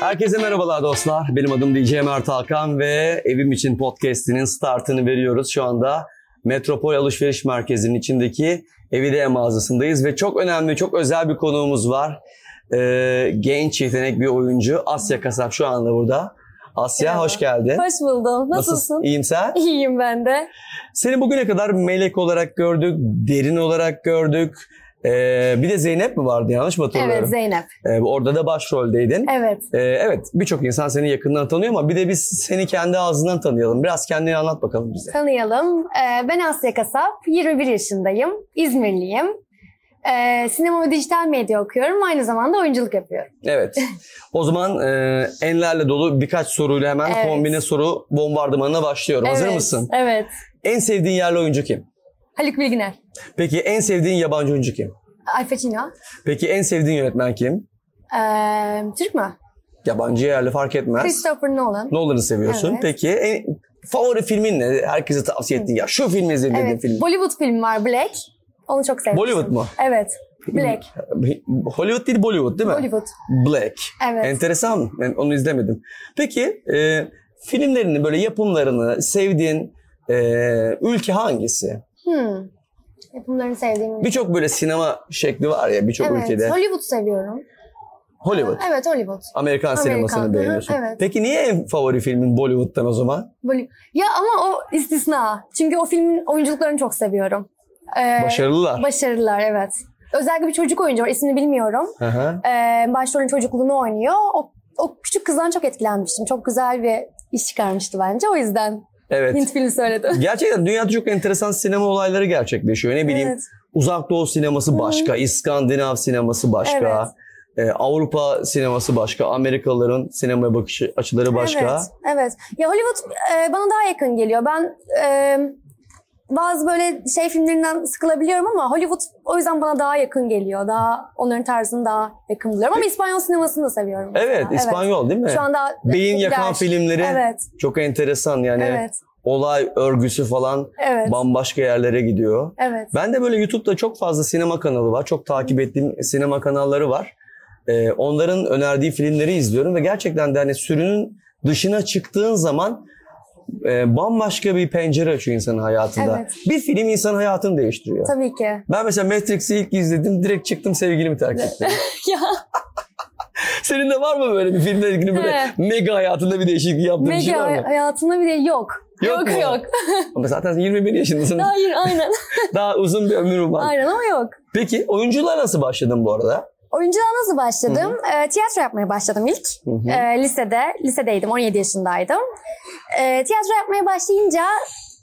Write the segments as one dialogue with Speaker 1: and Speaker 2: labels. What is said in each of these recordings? Speaker 1: Herkese merhabalar dostlar. Benim adım DJ Mert Hakan ve Evim İçin Podcast'inin startını veriyoruz. Şu anda Metropol Alışveriş Merkezi'nin içindeki Evide mağazasındayız ve çok önemli, çok özel bir konuğumuz var. Ee, genç yetenek bir oyuncu Asya Kasap şu anda burada. Asya
Speaker 2: Merhaba.
Speaker 1: hoş geldin.
Speaker 2: Hoş buldum. Nasılsın?
Speaker 1: İyiyim sen?
Speaker 2: İyiyim ben de.
Speaker 1: Seni bugüne kadar melek olarak gördük, derin olarak gördük. Ee, bir de Zeynep mi vardı yanlış mı
Speaker 2: Evet
Speaker 1: hatırlıyorum?
Speaker 2: Zeynep.
Speaker 1: Ee, orada da başroldeydin.
Speaker 2: Evet.
Speaker 1: Ee, evet birçok insan seni yakından tanıyor ama bir de biz seni kendi ağzından tanıyalım. Biraz kendini anlat bakalım bize.
Speaker 2: Tanıyalım. Ee, Ben Asya Kasap. 21 yaşındayım. İzmirliyim. Ee, Sinema ve dijital medya okuyorum. Aynı zamanda oyunculuk yapıyorum.
Speaker 1: Evet. O zaman e, enlerle dolu birkaç soruyla hemen
Speaker 2: Evet.
Speaker 1: kombine soru bombardımanına başlıyorum. Hazır
Speaker 2: Evet,
Speaker 1: mısın?
Speaker 2: Evet.
Speaker 1: En sevdiğin yerli oyuncu kim?
Speaker 2: Haluk Bilginer.
Speaker 1: Peki en sevdiğin yabancı oyuncu kim?
Speaker 2: Al Pacino.
Speaker 1: Peki en sevdiğin yönetmen kim?
Speaker 2: Ee, Türk mü?
Speaker 1: Yabancı yerli fark etmez.
Speaker 2: Christopher Nolan.
Speaker 1: Nolan'ı seviyorsun.
Speaker 2: Evet.
Speaker 1: Peki en, favori filmin ne? Herkese tavsiye ettiğin ya şu filmi izle dediğin
Speaker 2: Evet.
Speaker 1: film.
Speaker 2: Bollywood filmi var Black. Onu çok sevdim.
Speaker 1: Bollywood mu?
Speaker 2: Evet. Black.
Speaker 1: Hollywood değil Bollywood değil mi?
Speaker 2: Bollywood.
Speaker 1: Black.
Speaker 2: Evet.
Speaker 1: Enteresan. Ben onu izlemedim. Peki e, filmlerini böyle yapımlarını sevdiğin e, ülke hangisi?
Speaker 2: Hmm. Yapımlarını sevdiğim.
Speaker 1: Birçok böyle sinema şekli var ya birçok
Speaker 2: evet.
Speaker 1: ülkede.
Speaker 2: Hollywood seviyorum.
Speaker 1: Hollywood.
Speaker 2: Evet Hollywood.
Speaker 1: Amerikan,
Speaker 2: hı
Speaker 1: sinemasını
Speaker 2: hı,
Speaker 1: beğeniyorsun.
Speaker 2: evet.
Speaker 1: Peki niye en favori filmin Bollywood'dan o zaman?
Speaker 2: Böyle- Ya ama o istisna. Çünkü o filmin oyunculuklarını çok seviyorum. Ee,
Speaker 1: Başarılılar.
Speaker 2: Başarılılar evet. Özellikle bir çocuk oyuncu var ismini bilmiyorum.
Speaker 1: Hı hı.
Speaker 2: Ee, başrolün çocukluğunu oynuyor. O, o küçük kızdan çok etkilenmiştim. Çok güzel bir iş çıkarmıştı bence. O yüzden
Speaker 1: Evet.
Speaker 2: Hint filmi söyledim.
Speaker 1: Gerçekten dünyada çok enteresan sinema olayları gerçekleşiyor. Ne bileyim
Speaker 2: Evet.
Speaker 1: Uzak Doğu sineması başka, İskandinav sineması başka, e, Avrupa sineması başka, Amerikalıların sinemaya bakış açıları başka.
Speaker 2: Evet, evet. Ya Hollywood e, bana daha yakın geliyor. Ben e, bazı böyle şey filmlerinden sıkılabiliyorum ama Hollywood o yüzden bana daha yakın geliyor. Daha onların tarzını daha yakın buluyorum ama İspanyol sinemasını da seviyorum.
Speaker 1: E, Evet,
Speaker 2: mesela.
Speaker 1: İspanyol değil mi?
Speaker 2: Şu anda
Speaker 1: Beyin yakan
Speaker 2: popüler.
Speaker 1: filmleri hani
Speaker 2: Evet,
Speaker 1: çok enteresan yani
Speaker 2: evet,
Speaker 1: olay örgüsü falan
Speaker 2: evet.
Speaker 1: bambaşka yerlere gidiyor.
Speaker 2: Evet.
Speaker 1: Ben de böyle YouTube'da çok fazla sinema kanalı var. Çok takip ettiğim sinema kanalları var. Ee, onların önerdiği filmleri izliyorum ve gerçekten de hani sürünün dışına çıktığın zaman e, bambaşka bir pencere açıyor insanın hayatında.
Speaker 2: Evet.
Speaker 1: Bir film insanın hayatını değiştiriyor.
Speaker 2: Tabii ki.
Speaker 1: Ben mesela Matrix'i ilk izledim. Direkt çıktım sevgilimi terk ettim.
Speaker 2: ya
Speaker 1: Senin de var mı böyle bir filmle ilgili böyle
Speaker 2: He.
Speaker 1: mega hayatında bir değişiklik yaptığın bir şey
Speaker 2: mega
Speaker 1: var
Speaker 2: hay-
Speaker 1: mı?
Speaker 2: hayatımda bir de yok.
Speaker 1: Yok
Speaker 2: yok.
Speaker 1: mu? Ama zaten sen 21 yaşındasın.
Speaker 2: Hayır aynen.
Speaker 1: Daha uzun bir ömrüm var.
Speaker 2: aynen ama yok.
Speaker 1: Peki oyunculuğa nasıl başladın bu arada?
Speaker 2: Oyunculuğa nasıl başladım? Ee, tiyatro yapmaya başladım ilk.
Speaker 1: Hı hı.
Speaker 2: Ee, lisede, lisedeydim, 17 yaşındaydım. Ee, tiyatro yapmaya başlayınca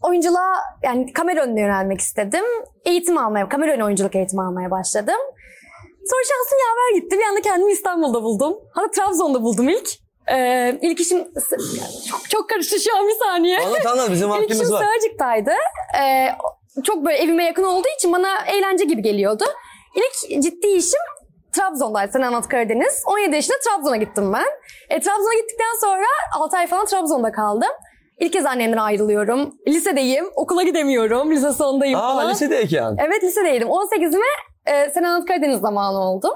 Speaker 2: oyunculuğa, yani kamera önüne yönelmek istedim. Eğitim almaya, kamera önü oyunculuk eğitimi almaya başladım. Sonra şansım yaver gitti. Bir anda kendimi İstanbul'da buldum. Hatta Trabzon'da buldum ilk. Ee, ilk işim... Çok, çok karıştı şu an bir saniye.
Speaker 1: Anlat anlat bizim
Speaker 2: İlk işim
Speaker 1: vaktimiz var.
Speaker 2: Sığacık'taydı. Ee, çok böyle evime yakın olduğu için bana eğlence gibi geliyordu. İlk ciddi işim Trabzon'daydı. Sen anlat Karadeniz. 17 yaşında Trabzon'a gittim ben. E, Trabzon'a gittikten sonra 6 ay falan Trabzon'da kaldım. İlk kez annemden ayrılıyorum. Lisedeyim. Okula gidemiyorum. Lise sondayım
Speaker 1: Aa
Speaker 2: falan.
Speaker 1: lisedeyken.
Speaker 2: Evet lisedeydim. 18'ime e, Sen Anlat Karadeniz zamanı oldu.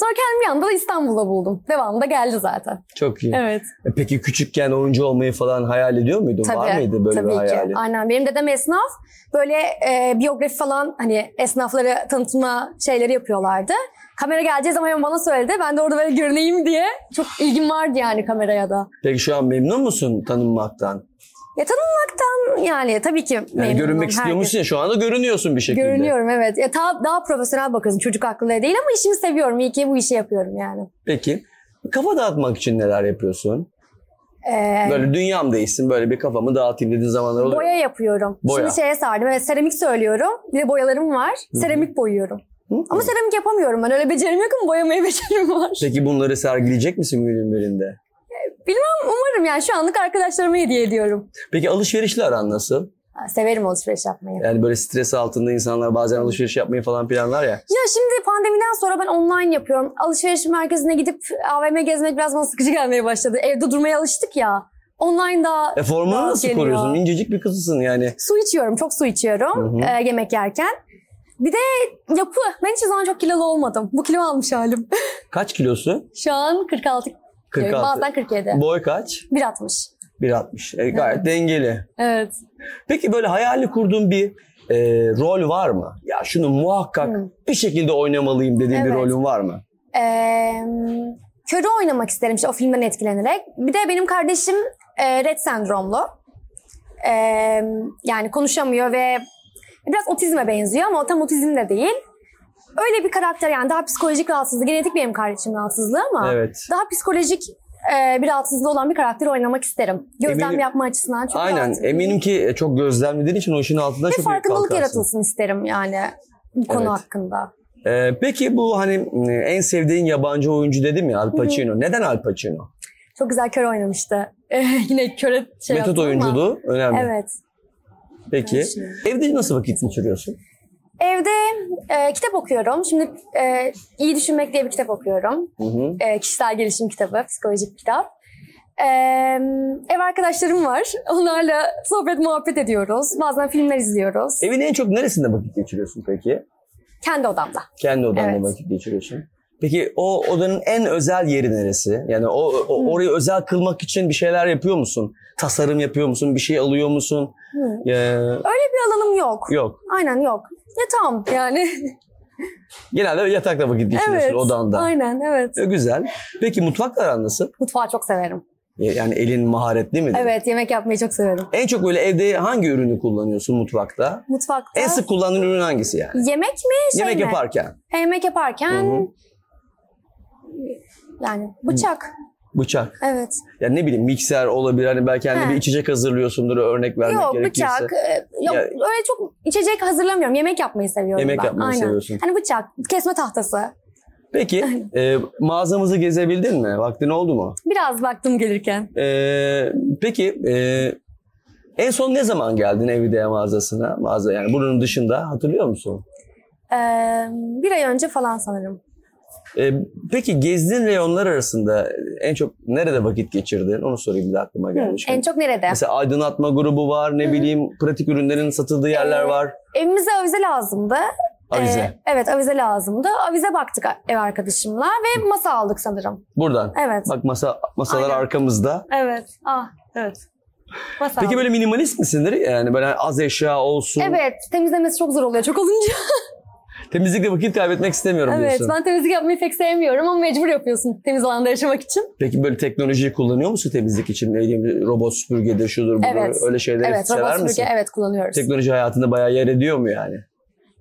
Speaker 2: Sonra kendimi bir anda İstanbul'da buldum. Devamında geldi zaten.
Speaker 1: Çok iyi.
Speaker 2: Evet.
Speaker 1: E Peki küçükken oyuncu olmayı falan hayal ediyor muydun? Var mıydı böyle
Speaker 2: tabii
Speaker 1: bir
Speaker 2: ki.
Speaker 1: hayali?
Speaker 2: Aynen. Benim dedem esnaf. Böyle e, biyografi falan hani esnafları tanıtma şeyleri yapıyorlardı. Kamera geleceği zaman hemen bana söyledi. Ben de orada böyle görüneyim diye. Çok ilgim vardı yani kameraya da.
Speaker 1: Peki şu an memnun musun tanınmaktan?
Speaker 2: Ya tanınmaktan yani tabii ki
Speaker 1: Yani
Speaker 2: memnunum.
Speaker 1: görünmek
Speaker 2: Herkes-
Speaker 1: istiyormuşsun ya şu anda görünüyorsun bir şekilde.
Speaker 2: Görünüyorum evet. Ya daha, daha profesyonel bakıyorsun. Çocuk aklıyla değil ama işimi seviyorum. İyi ki bu işi yapıyorum yani.
Speaker 1: Peki kafa dağıtmak için neler yapıyorsun?
Speaker 2: Ee,
Speaker 1: Böyle dünyam değişsin böyle bir kafamı dağıtayım dediğin zamanlar oluyor.
Speaker 2: boya yapıyorum.
Speaker 1: Boya.
Speaker 2: Şimdi şeye sardım. Evet seramik söylüyorum. Bir de boyalarım var. Seramik boyuyorum.
Speaker 1: Hı?
Speaker 2: Ama seramik yapamıyorum ben. Öyle becerim yok ama boyamaya becerim var.
Speaker 1: Peki bunları sergileyecek misin günün birinde?
Speaker 2: Umarım yani şu anlık arkadaşlarıma hediye ediyorum.
Speaker 1: Peki alışverişle aran nasıl?
Speaker 2: Ha, Severim alışveriş yapmayı.
Speaker 1: Yani böyle stres altında insanlar bazen alışveriş yapmayı falan planlar ya.
Speaker 2: Ya şimdi pandemiden sonra ben online yapıyorum. Alışveriş merkezine gidip AVM gezmek biraz bana sıkıcı gelmeye başladı. Evde durmaya alıştık ya. Online daha
Speaker 1: E formunu
Speaker 2: Daha
Speaker 1: nasıl
Speaker 2: geliyor.
Speaker 1: koruyorsun? İncecik bir kızısın yani.
Speaker 2: su içiyorum. Çok su içiyorum
Speaker 1: Hı
Speaker 2: e, yemek yerken. Bir de yapı. Ben hiçbir zaman çok kilolu olmadım. Bu kilo almış halim.
Speaker 1: Kaç kilosu?
Speaker 2: Şu an 46 diyorum.
Speaker 1: 46.
Speaker 2: Bazen 47.
Speaker 1: Boy kaç?
Speaker 2: 1.60.
Speaker 1: 1.60. E, gayet dengeli.
Speaker 2: Evet.
Speaker 1: Peki böyle hayali kurduğun bir e, rol var mı? Ya şunu muhakkak
Speaker 2: Hı.
Speaker 1: bir şekilde oynamalıyım dediğin bir
Speaker 2: Evet.
Speaker 1: rolün var mı?
Speaker 2: Ee, körü oynamak isterim işte o filmden etkilenerek. Bir de benim kardeşim e, Red sendromlu. Ee, yani konuşamıyor ve biraz otizme benziyor ama o tam otizm de değil. Öyle bir karakter yani daha psikolojik rahatsızlığı, genetik benim kardeşim rahatsızlığı ama
Speaker 1: Evet.
Speaker 2: daha psikolojik e, bir rahatsızlığı olan bir karakter oynamak isterim. Gözlem
Speaker 1: Eminim-
Speaker 2: yapma açısından çok
Speaker 1: Aynen.
Speaker 2: rahatsızım.
Speaker 1: Eminim ki çok gözlemlediğin için o işin altında
Speaker 2: Ve
Speaker 1: çok büyük
Speaker 2: farkındalık
Speaker 1: kalkarsın.
Speaker 2: yaratılsın isterim yani bu konu
Speaker 1: Evet.
Speaker 2: hakkında.
Speaker 1: E, peki bu hani e, en sevdiğin yabancı oyuncu dedim ya Al Pacino. Neden Al Pacino?
Speaker 2: Çok güzel kör oynamıştı. Yine köre şey
Speaker 1: Metot
Speaker 2: yaptım ama-
Speaker 1: oyunculuğu önemli.
Speaker 2: Evet.
Speaker 1: Peki.
Speaker 2: Ben düşünüyorum.
Speaker 1: Evde nasıl vakitini sürüyorsun?
Speaker 2: Evde e, kitap okuyorum. Şimdi e, İyi Düşünmek diye bir kitap okuyorum.
Speaker 1: Hı hı.
Speaker 2: E, kişisel gelişim kitabı, psikolojik bir kitap. E, ev arkadaşlarım var. Onlarla sohbet muhabbet ediyoruz. Bazen filmler izliyoruz.
Speaker 1: Evin en çok neresinde vakit geçiriyorsun peki?
Speaker 2: Kendi odamda.
Speaker 1: Kendi odanda
Speaker 2: Evet.
Speaker 1: vakit geçiriyorsun. Peki o odanın en özel yeri neresi? Yani o, o- orayı özel kılmak için bir şeyler yapıyor musun? Tasarım yapıyor musun? Bir şey alıyor musun?
Speaker 2: Hı.
Speaker 1: Ee,
Speaker 2: Bir alanım yok.
Speaker 1: yok.
Speaker 2: Aynen yok. Yatağım yani.
Speaker 1: Genelde yatakta vakit geçiriyorsun
Speaker 2: evet.
Speaker 1: odanda.
Speaker 2: Aynen evet.
Speaker 1: E, Güzel. Peki mutfakla aran nasıl?
Speaker 2: Mutfağı çok severim.
Speaker 1: E, Yani elin maharetli mi?
Speaker 2: Evet yemek yapmayı çok severim.
Speaker 1: En çok böyle evde hangi ürünü kullanıyorsun mutfakta?
Speaker 2: Mutfakta.
Speaker 1: En sık kullandığın ürün hangisi yani?
Speaker 2: Yemek mi şey
Speaker 1: Yemek
Speaker 2: mi?
Speaker 1: yaparken
Speaker 2: Ha, Yemek yaparken
Speaker 1: Hı hı.
Speaker 2: yani bıçak.
Speaker 1: bıçak.
Speaker 2: Evet.
Speaker 1: Yani ne bileyim mikser olabilir. Hani belki hani
Speaker 2: He.
Speaker 1: bir içecek hazırlıyorsundur örnek vermek
Speaker 2: Yok
Speaker 1: gerekirse.
Speaker 2: bıçak. e, Yok
Speaker 1: Ya-
Speaker 2: öyle çok içecek hazırlamıyorum. Yemek yapmayı seviyorum
Speaker 1: Yemek
Speaker 2: ben.
Speaker 1: yapmayı
Speaker 2: Aynen.
Speaker 1: seviyorsun.
Speaker 2: Hani bıçak, kesme tahtası.
Speaker 1: Peki e, mağazamızı gezebildin mi? Vaktin oldu mu?
Speaker 2: Biraz baktım gelirken.
Speaker 1: E, peki e, en son ne zaman geldin Evide mağazasına? Mağaza yani bunun dışında hatırlıyor musun?
Speaker 2: Ee, bir ay önce falan sanırım.
Speaker 1: E, peki gezdiğin reyonlar arasında en çok nerede vakit geçirdin? Onu sorayım bir de aklıma gelmiş.
Speaker 2: En çok nerede?
Speaker 1: Mesela aydınlatma grubu var, ne bileyim pratik ürünlerin satıldığı yerler
Speaker 2: Ee,
Speaker 1: var.
Speaker 2: Evimize avize lazımdı. Ee,
Speaker 1: Avize.
Speaker 2: evet avize lazımdı. Avize baktık ev arkadaşımla ve masa aldık sanırım.
Speaker 1: Buradan.
Speaker 2: Evet.
Speaker 1: Bak masa masalar
Speaker 2: Aynen.
Speaker 1: arkamızda.
Speaker 2: Evet. Ah evet. Masa
Speaker 1: Peki
Speaker 2: aldık.
Speaker 1: böyle minimalist misindir? Yani böyle az eşya olsun.
Speaker 2: Evet temizlemesi çok zor oluyor çok olunca.
Speaker 1: Temizlikle vakit kaybetmek istemiyorum
Speaker 2: Evet
Speaker 1: diyorsun.
Speaker 2: ben temizlik yapmayı pek sevmiyorum ama mecbur yapıyorsun temiz alanda yaşamak için.
Speaker 1: Peki böyle teknolojiyi kullanıyor musun temizlik için? Ne bileyim robot süpürgedir, şudur budur.
Speaker 2: Evet.
Speaker 1: Öyle şeyleri
Speaker 2: evet
Speaker 1: sever
Speaker 2: robot
Speaker 1: misin?
Speaker 2: süpürge evet kullanıyoruz.
Speaker 1: Teknoloji hayatında bayağı yer ediyor mu yani?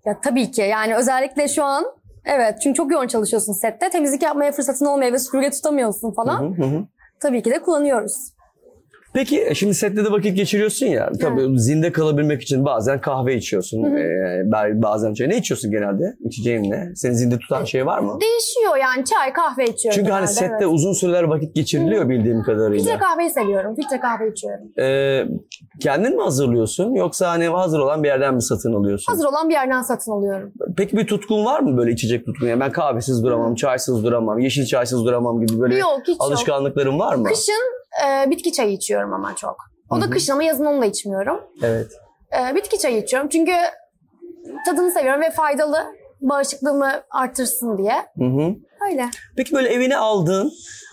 Speaker 2: Ya tabii ki yani özellikle şu an evet çünkü çok yoğun çalışıyorsun sette. Temizlik yapmaya fırsatın olmuyor ve süpürge tutamıyorsun falan.
Speaker 1: Hı hı hı.
Speaker 2: Tabii ki de kullanıyoruz.
Speaker 1: Peki e, şimdi sette de vakit geçiriyorsun ya. Tabii zinde kalabilmek için bazen kahve içiyorsun. Ee, bel- bazen şey. Ne içiyorsun genelde? İçeceğin ne? Seni zinde tutan şey var mı?
Speaker 2: Değişiyor yani çay kahve içiyorum.
Speaker 1: Çünkü hani
Speaker 2: genelde,
Speaker 1: sette
Speaker 2: evet.
Speaker 1: uzun süreler vakit geçiriliyor bildiğim
Speaker 2: Filtre
Speaker 1: kadarıyla.
Speaker 2: kahveyi seviyorum. Filtre kahve içiyorum.
Speaker 1: Ee, kendin mi hazırlıyorsun yoksa hani hazır olan bir yerden mi satın alıyorsun?
Speaker 2: Hazır olan bir yerden satın alıyorum.
Speaker 1: Peki bir tutkun var mı böyle içecek tutkun? Yani ben kahvesiz duramam, çaysız duramam, yeşil çaysız duramam gibi böyle
Speaker 2: yok hiç yok.
Speaker 1: alışkanlıkların var mı?
Speaker 2: Kışın e, bitki çayı içiyorum ama çok. O
Speaker 1: Hı
Speaker 2: da
Speaker 1: hı.
Speaker 2: kışın ama yazın onu da içmiyorum.
Speaker 1: Evet.
Speaker 2: Ee, bitki çayı içiyorum çünkü tadını seviyorum ve faydalı. Bağışıklığımı artırsın diye.
Speaker 1: Hı hı.
Speaker 2: Öyle.
Speaker 1: Peki böyle evine aldığın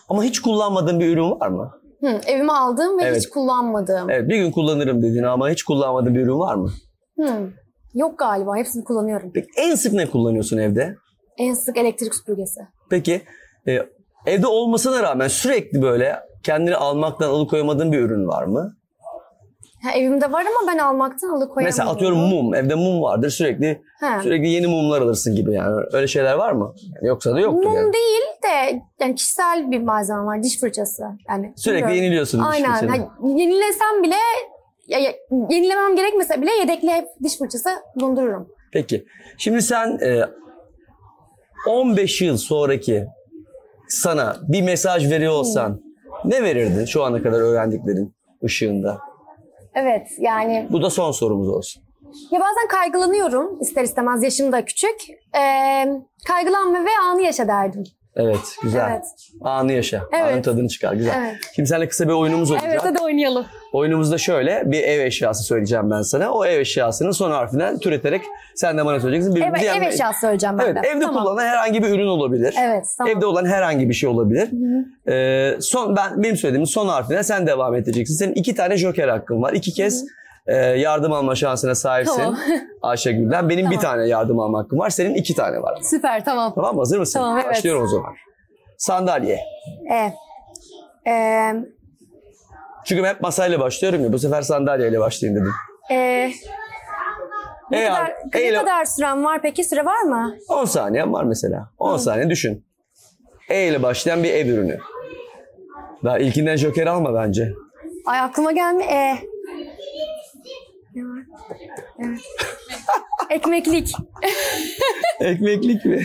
Speaker 1: ama hiç kullanmadığın bir ürün var mı?
Speaker 2: Hı, evime aldığım ve
Speaker 1: Evet.
Speaker 2: hiç kullanmadığım.
Speaker 1: Evet bir gün kullanırım dediğin ama hiç kullanmadığın bir ürün var mı?
Speaker 2: Hı, Hmm. yok galiba hepsini kullanıyorum.
Speaker 1: Peki en sık ne kullanıyorsun evde?
Speaker 2: En sık elektrik süpürgesi.
Speaker 1: Peki e, evde olmasına rağmen sürekli böyle kendini almaktan alıkoyamadığın bir ürün var mı?
Speaker 2: Ha, evimde var ama ben almaktan alıkoyamıyorum.
Speaker 1: Mesela atıyorum mum. Evde mum vardır sürekli.
Speaker 2: Ha.
Speaker 1: Sürekli yeni mumlar alırsın gibi yani. Öyle şeyler var mı? Yani yoksa da yoktur
Speaker 2: Mum
Speaker 1: yani.
Speaker 2: değil de yani kişisel bir malzeme var diş fırçası. Yani
Speaker 1: Sürekli
Speaker 2: bilmiyorum.
Speaker 1: yeniliyorsun diş
Speaker 2: Aynen.
Speaker 1: fırçanı.
Speaker 2: Hani yenilesem bile ya- ya- yenilemem gerekmese bile yedekli hep diş fırçası bulundururum.
Speaker 1: Peki. Şimdi sen e, 15 yıl sonraki sana bir mesaj veriyor olsan ne verirdin şu ana kadar öğrendiklerin ışığında?
Speaker 2: Evet yani
Speaker 1: Bu da son sorumuz olsun.
Speaker 2: Ya bazen kaygılanıyorum ister istemez yaşım da küçük. Ee, kaygılanma ve anı yaşa derdim.
Speaker 1: Evet, güzel.
Speaker 2: Evet.
Speaker 1: Anı yaşa. Anın
Speaker 2: Evet.
Speaker 1: tadını çıkar. Güzel.
Speaker 2: Evet.
Speaker 1: Şimdi seninle kısa bir oyunumuz olacak.
Speaker 2: Evet hadi oynayalım.
Speaker 1: Oyunumuzda şöyle bir ev eşyası söyleyeceğim ben sana. O ev eşyasının son harfinden türeterek sen de bana söyleyeceksin.
Speaker 2: Ev,
Speaker 1: Birbirimizi
Speaker 2: ev
Speaker 1: yenme-
Speaker 2: eşyası söyleyeceğim ben
Speaker 1: Evet,
Speaker 2: de.
Speaker 1: evde
Speaker 2: Tamam.
Speaker 1: kullanılan herhangi bir ürün olabilir.
Speaker 2: Evet tamam.
Speaker 1: Evde olan herhangi bir şey olabilir.
Speaker 2: Hı.
Speaker 1: Ee, son ben benim söylediğim son harfine sen devam edeceksin. Senin iki tane joker hakkın var. İki kez e, yardım alma şansına sahipsin.
Speaker 2: Tamam.
Speaker 1: Ayşegül'den. Benim bir
Speaker 2: Tamam.
Speaker 1: tane yardım alma hakkım var. Senin iki tane var.
Speaker 2: Süper tamam.
Speaker 1: Tamam mı? Hazır mısın?
Speaker 2: Tamam, evet.
Speaker 1: Başlıyorum o zaman. Sandalye.
Speaker 2: E, e,
Speaker 1: Çünkü ben hep masayla başlıyorum ya. Bu sefer sandalyeyle başlayayım dedim.
Speaker 2: e, ne,
Speaker 1: E
Speaker 2: kadar,
Speaker 1: al-
Speaker 2: ne
Speaker 1: eyle-
Speaker 2: kadar süren var peki? Süre var mı?
Speaker 1: 10 saniyen var mesela. 10 saniye düşün. E ile başlayan bir ev ürünü. Daha ilkinden joker alma bence.
Speaker 2: Ay aklıma gelme. E. Ne var? Evet. Ekmeklik.
Speaker 1: Ekmeklik mi?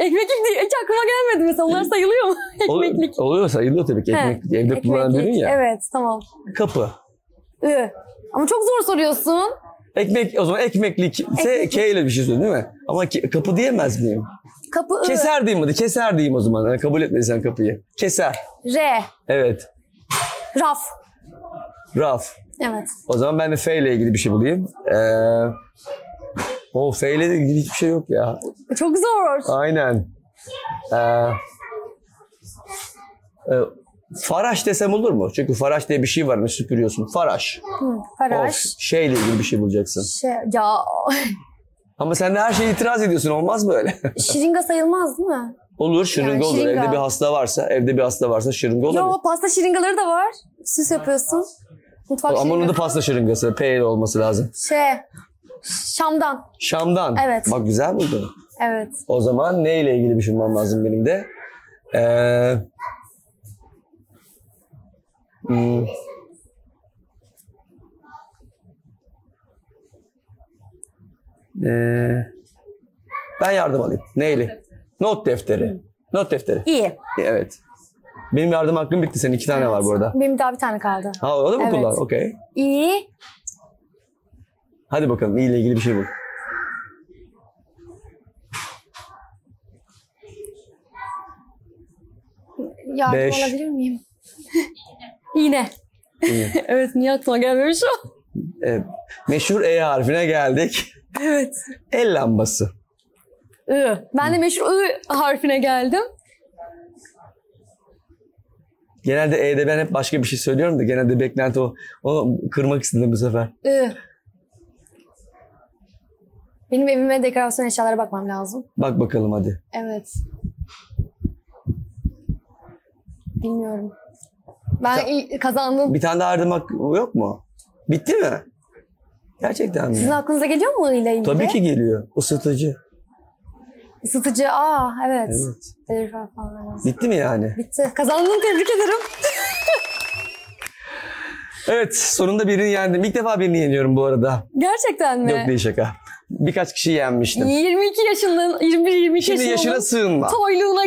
Speaker 2: Ekmeklik diye hiç aklıma gelmedi mesela. Onlar sayılıyor mu?
Speaker 1: Ol-
Speaker 2: Ekmeklik.
Speaker 1: oluyor sayılıyor tabii ki.
Speaker 2: He,
Speaker 1: Ekmeklik. Evde kullanılan bir ürün
Speaker 2: ekmeklik.
Speaker 1: ya.
Speaker 2: Evet tamam.
Speaker 1: Kapı.
Speaker 2: Ü. Ama çok zor soruyorsun.
Speaker 1: Ekmek o zaman ekmeklik. Se, K ile bir şey söyledin değil mi? Ama ki- kapı diyemez miyim?
Speaker 2: Kapı ı.
Speaker 1: Keser diyeyim hadi. Keser diyeyim o zaman. Yani kabul etmediysen kapıyı. Keser.
Speaker 2: R.
Speaker 1: Evet.
Speaker 2: Raf.
Speaker 1: Raf.
Speaker 2: Evet.
Speaker 1: O zaman ben de F ile ilgili bir şey bulayım. Ee, o F ile de ilgili hiçbir şey yok ya.
Speaker 2: Çok zor.
Speaker 1: Aynen. Ee, e, faraş desem olur mu? Çünkü faraş diye bir şey varmış süpürüyorsun. Faraş.
Speaker 2: Hı,
Speaker 1: Of,
Speaker 2: Faraş.
Speaker 1: şeyle ilgili bir şey bulacaksın.
Speaker 2: Şey, ya
Speaker 1: Ama sen de her şeye itiraz ediyorsun. Olmaz mı öyle?
Speaker 2: şırınga sayılmaz değil mi?
Speaker 1: olur şırınga
Speaker 2: Yani
Speaker 1: olur.
Speaker 2: şırınga.
Speaker 1: Evde bir hasta varsa, evde bir hasta varsa şırınga olur.
Speaker 2: Yo pasta şırıngaları da var. Süs yapıyorsun. Mutfak
Speaker 1: Ama onun da
Speaker 2: şırıngası.
Speaker 1: pasta şırıngası. P ile olması lazım.
Speaker 2: Şey. Şam'dan.
Speaker 1: Şam'dan.
Speaker 2: Evet.
Speaker 1: Bak güzel buldun.
Speaker 2: Evet.
Speaker 1: O zaman ne ile ilgili düşünmem lazım benim de? Ee, hmm. Ee, ben yardım alayım. Neyle? Not defteri. Not defteri.
Speaker 2: İyi.
Speaker 1: Evet. Benim yardım hakkım bitti. Senin iki tane var bu arada.
Speaker 2: Benim daha bir tane kaldı.
Speaker 1: Ha o da mı
Speaker 2: Evet.
Speaker 1: kullan? Okey.
Speaker 2: İyi.
Speaker 1: Hadi bakalım iyi ile ilgili bir şey bul.
Speaker 2: Yardım
Speaker 1: Beş.
Speaker 2: alabilir miyim? İğne.
Speaker 1: İyi.
Speaker 2: evet niye aklıma gelmemiş o?
Speaker 1: Ee, meşhur E harfine geldik.
Speaker 2: Evet.
Speaker 1: El lambası.
Speaker 2: I. Ben de meşhur I harfine geldim.
Speaker 1: Genelde E'de ben hep başka bir şey söylüyorum da genelde beklenti o. O kırmak istedim bu sefer.
Speaker 2: I. Benim evime dekorasyon eşyalara bakmam lazım.
Speaker 1: Bak bakalım hadi.
Speaker 2: Evet. Bilmiyorum. Ben ilk kazandım.
Speaker 1: Bir tane daha yardım hakkı yok mu? Bitti mi? Gerçekten mi?
Speaker 2: Sizin aklınıza geliyor mu ile ilgili?
Speaker 1: Tabii ki geliyor. Isıtıcı.
Speaker 2: Isıtıcı. Aa evet.
Speaker 1: Evet.
Speaker 2: Kalorifer falan lazım.
Speaker 1: Bitti mi yani?
Speaker 2: Bitti. Kazandım tebrik ederim.
Speaker 1: Evet sonunda birini yendim. İlk defa birini yeniyorum bu arada.
Speaker 2: Gerçekten mi?
Speaker 1: Yok değil şaka. Birkaç kişiyi yenmiştim.
Speaker 2: 22 yaşından 21-22
Speaker 1: Şimdi yaşına
Speaker 2: yaşından
Speaker 1: sığınma.
Speaker 2: toyluğuna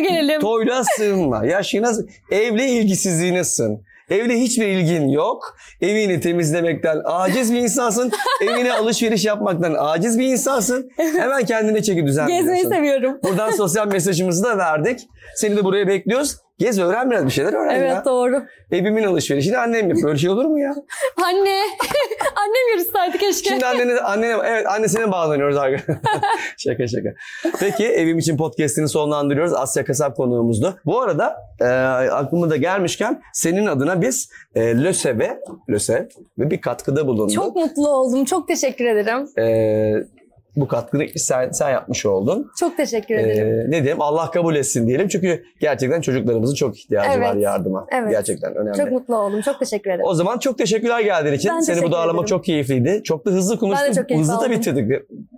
Speaker 2: gelelim.
Speaker 1: Toyla sığınma. Yaşına, evli ilgisizliğine sığın. Evde hiçbir ilgin yok. Evini temizlemekten aciz bir insansın. Evine alışveriş yapmaktan aciz bir insansın. Hemen kendine çeki düzen
Speaker 2: Gezmeyi
Speaker 1: veriyorsun.
Speaker 2: seviyorum.
Speaker 1: Buradan sosyal mesajımızı da verdik. Seni de buraya bekliyoruz. Gez öğren biraz bir şeyler öğren
Speaker 2: Evet
Speaker 1: ya.
Speaker 2: doğru.
Speaker 1: Evimin alışverişini annem yapıyor. Böyle şey olur mu ya?
Speaker 2: Anne. Annem yarışsaydı keşke.
Speaker 1: Şimdi annene, annene, evet annesine bağlanıyoruz arkadaşlar. şaka şaka. Peki evim için podcast'ini sonlandırıyoruz. Asya Kasap konuğumuzdu. Bu arada e, aklıma da gelmişken senin adına biz e, LÖSEV'e LÖSEV ve bir katkıda bulunduk.
Speaker 2: Çok mutlu oldum. Çok teşekkür ederim.
Speaker 1: E, bu katkıyı sen, sen yapmış oldun.
Speaker 2: Çok teşekkür
Speaker 1: E,
Speaker 2: ederim.
Speaker 1: ne diyeyim Allah kabul etsin diyelim. Çünkü gerçekten çocuklarımızın çok ihtiyacı
Speaker 2: Evet.
Speaker 1: var yardıma.
Speaker 2: Evet.
Speaker 1: Gerçekten önemli.
Speaker 2: Çok mutlu oldum. Çok teşekkür ederim.
Speaker 1: Ee, O zaman çok teşekkürler geldiğin için.
Speaker 2: Ben
Speaker 1: Seni
Speaker 2: teşekkür
Speaker 1: burada ağırlamak
Speaker 2: ederim.
Speaker 1: çok keyifliydi. Çok da hızlı konuştuk.
Speaker 2: çok keyif
Speaker 1: hızlı da
Speaker 2: aldım.
Speaker 1: bitirdik.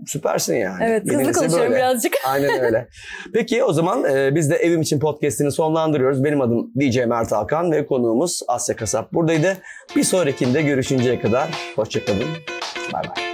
Speaker 1: Süpersin yani.
Speaker 2: Evet, hızlı
Speaker 1: Birincisi
Speaker 2: konuşuyorum
Speaker 1: böyle.
Speaker 2: birazcık.
Speaker 1: Aynen öyle. Peki o zaman e, biz de Evim için podcast'ini sonlandırıyoruz. Benim adım DJ Mert Hakan ve konuğumuz Asya Kasap buradaydı. Bir sonrakinde görüşünceye kadar hoşçakalın. Bay bay.